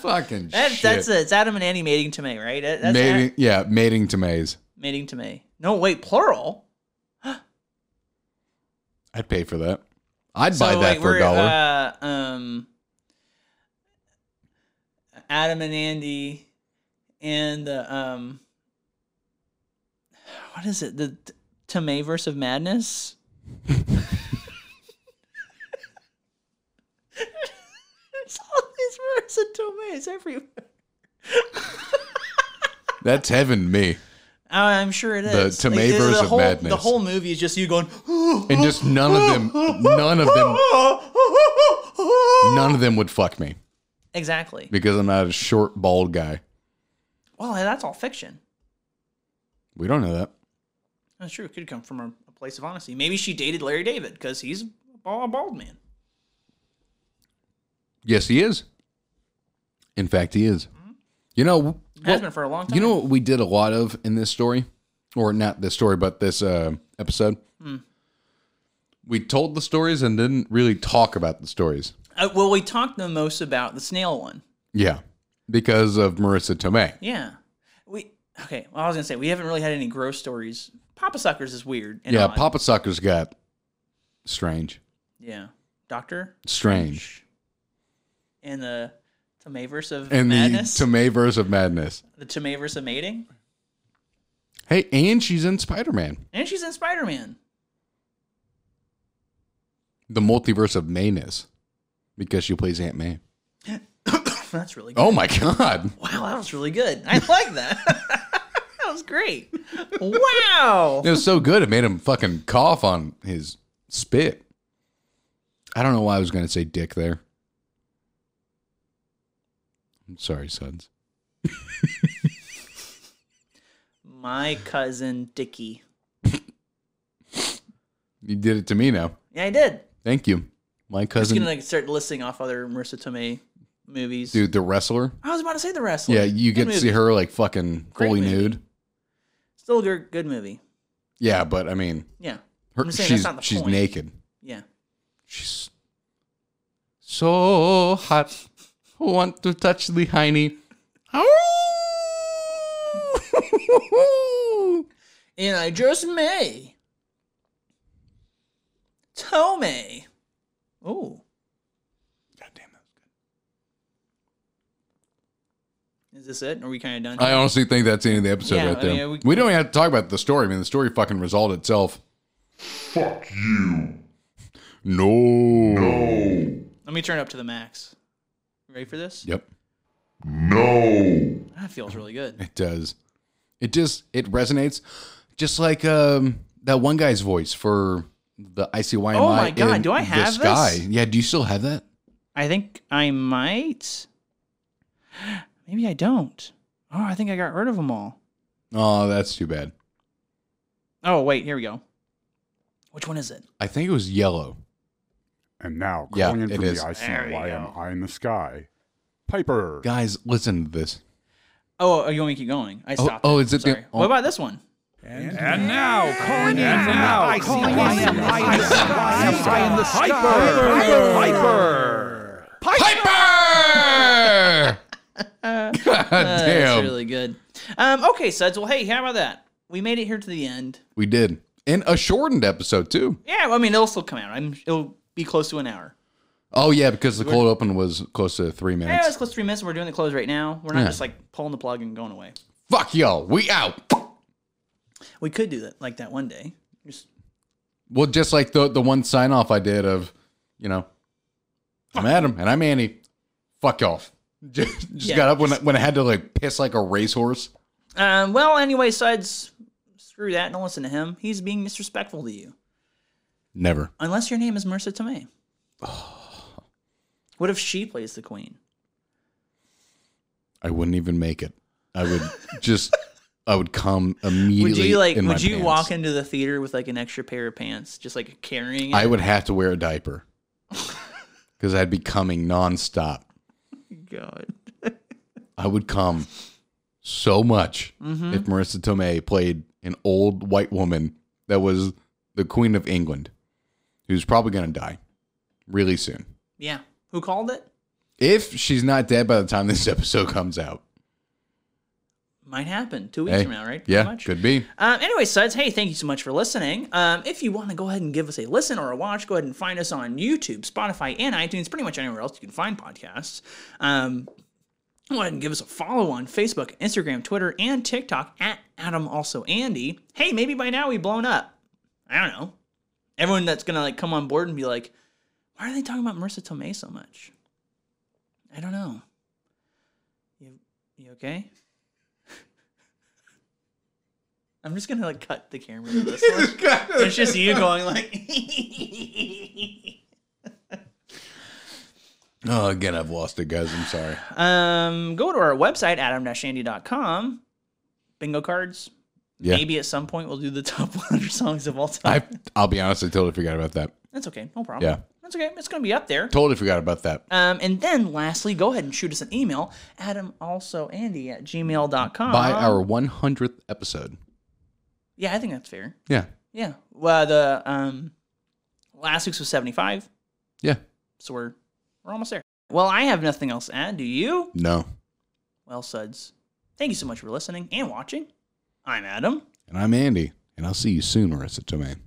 Fucking that's shit. that's it. It's Adam and Annie mating Tomei, right? That- that's mating, Ad- yeah, mating to Maze. mating Tomei. No, wait, plural. I'd pay for that. I'd buy that like, for we're, a dollar. Uh, um, Adam and Andy, and uh, um, what is it? The T- Tomei verse of madness. There's all these verses of Tomei's everywhere. that's heaven to me. Oh, I'm sure it The is. Tomei the- verse the of whole, madness. The whole movie is just you going. And just none of them, none of them, (laughs) none of them would fuck me (laughs) Exactly. because I'm not a short, bald guy. Well, that's all fiction. We don't know that. That's true. It could come from a, a place of honesty. Maybe she dated Larry David because he's a bald, a bald man. Yes, he is. In fact, he is. You know, Has been for a long time. you know what we did a lot of in this story, or not this story, but this uh, episode. Hmm. We told the stories and didn't really talk about the stories. Uh, well, we talked the most about the snail one. Yeah, because of Marissa Tomei. Yeah. We okay. Well, I was gonna say we haven't really had any gross stories. Papa suckers is weird. And Yeah, odd. Papa Sucker's got strange, Yeah. Doctor strange, and the Tomaverse of and madness. the The, Tomei verse of madness. Tomaverse of mating, Hey, and she's in Spider Man, and she's in Spider Man. the multiverse of mayness, because she plays Aunt May. (coughs) That's really good. Oh my (laughs) god! Wow, that was really good. I like that. (laughs) that was great. Wow. It was so good it made him fucking cough on his spit. I don't know why I was gonna say dick there. I'm sorry, sons. My cousin Dickie. You did it to me now. Yeah, I did. Thank you. My Just cousin gonna like start listing off other Marissa Tomei movies. dude, the wrestler. I was about to say the wrestler. Yeah, you Good get to see movie. her like fucking Great fully movie. nude. Still a good, good movie. Yeah, but I mean Yeah, her, I'm just saying she's that's not the she's point. naked. yeah. She's so hot. Want to touch the hiney. Ow! (laughs) And I just may. Tomei. Oh, God damn that. is this it? Are we kind of done? I honestly think that's the end of the episode Yeah, right I there. mean, we, we- don't even have to talk about the story. I mean, the story fucking resolved itself. Fuck you. No. No. Let me turn it up to the max. You ready for this? Yep. No. That feels really good. It does. It just it resonates, just like um that one guy's voice for the ICYMI. Oh my God, in do I have the sky? this? Yeah. Do you still have that? I think I might. Maybe I don't. Oh, I think I got rid of them all. Oh, that's too bad. Oh, wait, here we go. Which one is it? I think it was yellow. And now, Yeah, calling in it from is. the There we ICYM go. Eye in the Sky, Piper. Guys, listen to this. Oh, oh, you want me to keep going? I Oh, stopped. oh, it. is it the- Sorry. oh. What about this one? (laughs) Piper! God Uh, damn. That's really good. Um, okay, Suds. Well, hey, how about that? We made it here to the end. we did. And a shortened episode, too. Yeah, well, I mean, it'll still come out. I'm, it'll be close to an hour. Oh yeah, because the cold open was close to three Hey, it's minutes. close to three minutes. We're doing the close right now. We're not Yeah. just like pulling the plug and going away. Fuck y'all, we out. We could do that like that one day. Just Well, just like the the one sign off I did of, you know, (laughs) I'm Adam and I'm Annie. Fuck y'all. (laughs) Just, just Yeah, got up when I, when I had to like piss like a racehorse. um, well, anyway, sides. Screw that. Don't listen to him. He's being disrespectful to you. Never. Unless your name is Marissa Tomei. (sighs) what if she plays the queen? I wouldn't even make it. I (laughs) would just I would come immediately. Would you like? in my Would you pants. walk into the theater with like an extra pair of pants, just like carrying it? I would have to wear a (laughs) diaper because I'd be coming nonstop. God. I would come so much Mm-hmm. if Marissa Tomei played an old white woman that was the Queen of England, who's probably going to die really soon. Yeah. Who called it? If she's not dead by the time this (laughs) episode comes out, Might happen two weeks Hey, from now, right? Pretty yeah, much. could (laughs) be. Um, anyway, suds, hey, thank you so much for listening. Um, if you want to go ahead and give us a listen or a watch, go ahead and find us on YouTube, Spotify, and iTunes, pretty much anywhere else you can find podcasts. Um, go ahead and give us a follow on Facebook, Instagram, Twitter, and TikTok at Adam also Andy. Hey, maybe by now we've blown up. I don't know. Everyone that's gonna like come on board and be like, why are they talking about Marissa Tomei so much? I don't know. You you okay? (laughs) I'm just gonna like cut the camera to this one. it's just you going like (laughs) Oh, again, I've lost it, guys. I'm sorry. Um go to our website, adam-shandy.com. Bingo cards. Yeah. Maybe at some point we'll do the (laughs) top 100 songs of all I time. I'll be honest. I totally forgot about that. That's okay, no problem. Yeah, That's okay. It's gonna be up there. totally forgot about that. Um, and then lastly, go ahead and shoot us an email, Adam also Andy at gmail.com. By our 100th episode. Yeah, I think that's fair. Yeah, Yeah. Well, the um, last week's was 75, yeah. so we're we're almost there. Well, I have nothing else to add. Do you? No, Well, suds, thank you so much for listening and watching. I'm Adam. and I'm Andy, and I'll see you soon, Marissa Tomei.